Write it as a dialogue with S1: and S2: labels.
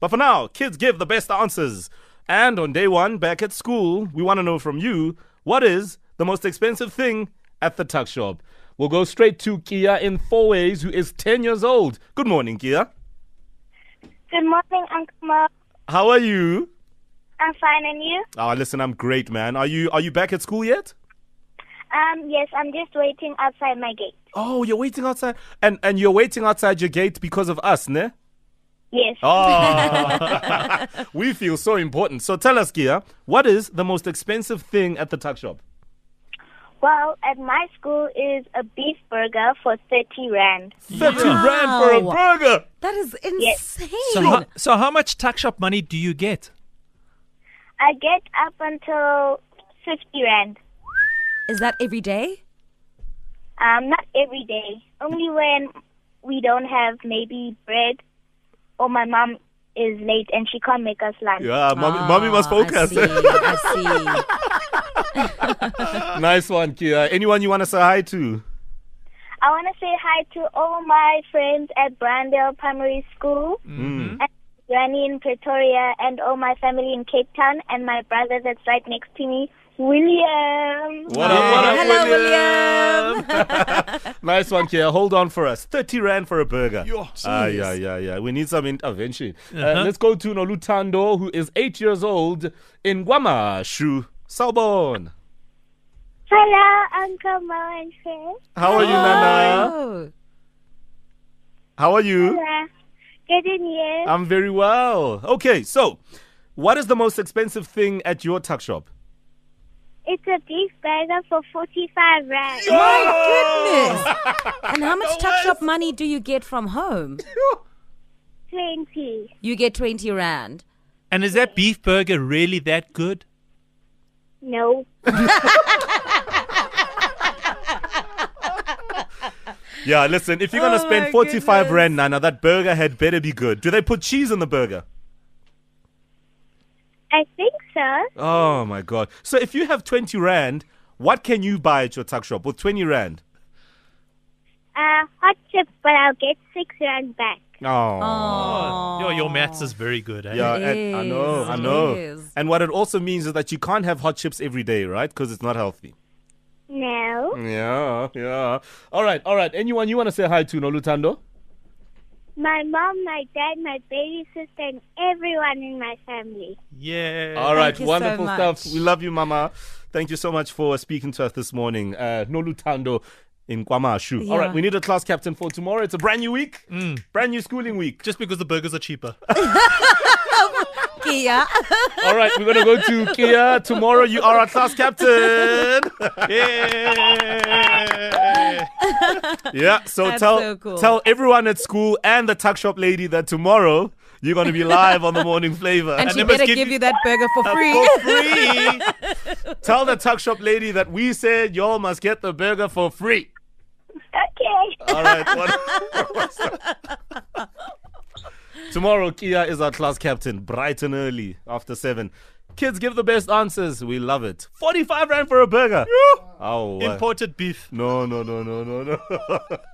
S1: But for now, kids give the best answers. And on day one, back at school, we want to know from you what is the most expensive thing at the tuck shop? We'll go straight to Kia in four ways, who is 10 years old. Good morning, Kia.
S2: Good morning, Uncle Mo.
S1: How are you?
S2: I'm fine, and you?
S1: Oh, listen, I'm great, man. Are you are you back at school yet?
S2: Um, yes, I'm just waiting outside my gate.
S1: Oh, you're waiting outside, and and you're waiting outside your gate because of us, ne?
S2: Yes.
S1: Oh, we feel so important. So tell us, Kia, what is the most expensive thing at the tuck shop?
S2: Well, at my school is a beef burger for 30 rand.
S1: 30 rand for a
S3: Wow.
S1: burger.
S3: That is
S2: Yes.
S3: insane.
S4: So, how, so how much tuck shop money do you get?
S2: I get up until 50 rand.
S3: is that every day?
S2: Um, not every day. Only when we don't have maybe bread or my mom is late and she can't make us lunch.
S1: Yeah, mommy, mommy must
S3: Ah,
S1: focus.
S3: I see. I see.
S1: nice one, Kia. Anyone you want to say hi to?
S2: I want to say hi to all my friends at Brandale Primary School, and Granny in Pretoria, and all my family in Cape Town, and my brother that's right next to me, William.
S1: What up, what up,
S3: Hello,
S1: William? nice one, Kia. Hold on for us. 30 rand for a burger. Ah, yeah, yeah, yeah. We need some intervention. Uh, let's go to Nolutando, who is eight years old in Guamashu, Salbon.
S2: Hello, Uncle Mo and Chris.
S1: How are you, Nana?
S3: Oh,
S1: How are you?
S2: Hello. Good in you.
S1: I'm very well. Okay, so what is the most expensive thing at your tuck shop?
S2: it's a beef burger for 45 rand.
S3: my goodness. And how much tuck shop money do you get from home?
S2: 20.
S3: You get 20 rand.
S4: And is that beef burger really that good?
S2: No.
S1: Yeah, listen, if you're going to
S3: Oh
S1: spend
S3: my
S1: 45
S3: goodness.
S1: rand, Nana, that burger had better be good. Do they put cheese in the burger?
S2: I think so.
S1: Oh my god. So if you have 20 rand, what can you buy at your tuck shop with 20 rand?
S2: Uh, hot chip, but I'll get 6 rand back.
S1: Oh.
S4: Yo, your maths is very good. Eh?
S1: Yeah, and
S3: It
S1: I know,
S3: is,
S1: I
S3: it
S1: know.
S3: is.
S1: And what it also means is that you can't have hot chips every day, right? Because it's not healthy.
S2: No.
S1: Yeah, yeah. All right, all right. Anyone you want to say hi to, Nolutando?
S2: My mom, my dad, my baby sister, and everyone in my family.
S4: Yeah.
S1: All right,
S3: you so
S1: wonderful
S3: much.
S1: stuff. We love you, Mama. Thank you so much for speaking to us this morning. Uh, Nolutando in Kwamashu. All
S3: Yeah.
S1: right, we need a class captain for tomorrow. It's a brand new week, brand new schooling week.
S4: Just because the burgers are cheaper.
S3: Kia.
S1: All right, we're gonna go to Kia tomorrow. You are our class captain. yeah. yeah. So
S3: That's
S1: tell
S3: so cool.
S1: tell everyone at school and the tuck shop lady that tomorrow you're gonna be live on the morning flavor.
S3: And she
S4: they must
S3: better
S4: give
S3: give
S4: you-
S3: you that burger for free.
S1: for free. tell the tuck shop lady that we said y'all must get the burger for free.
S2: Okay.
S1: All right. what- Tomorrow, Kia is our class captain, bright and early after seven. Kids give the best answers. We love it. 45 Rand for a burger. Oh, wow.
S4: Imported beef.
S1: no, no, no, no, no, no.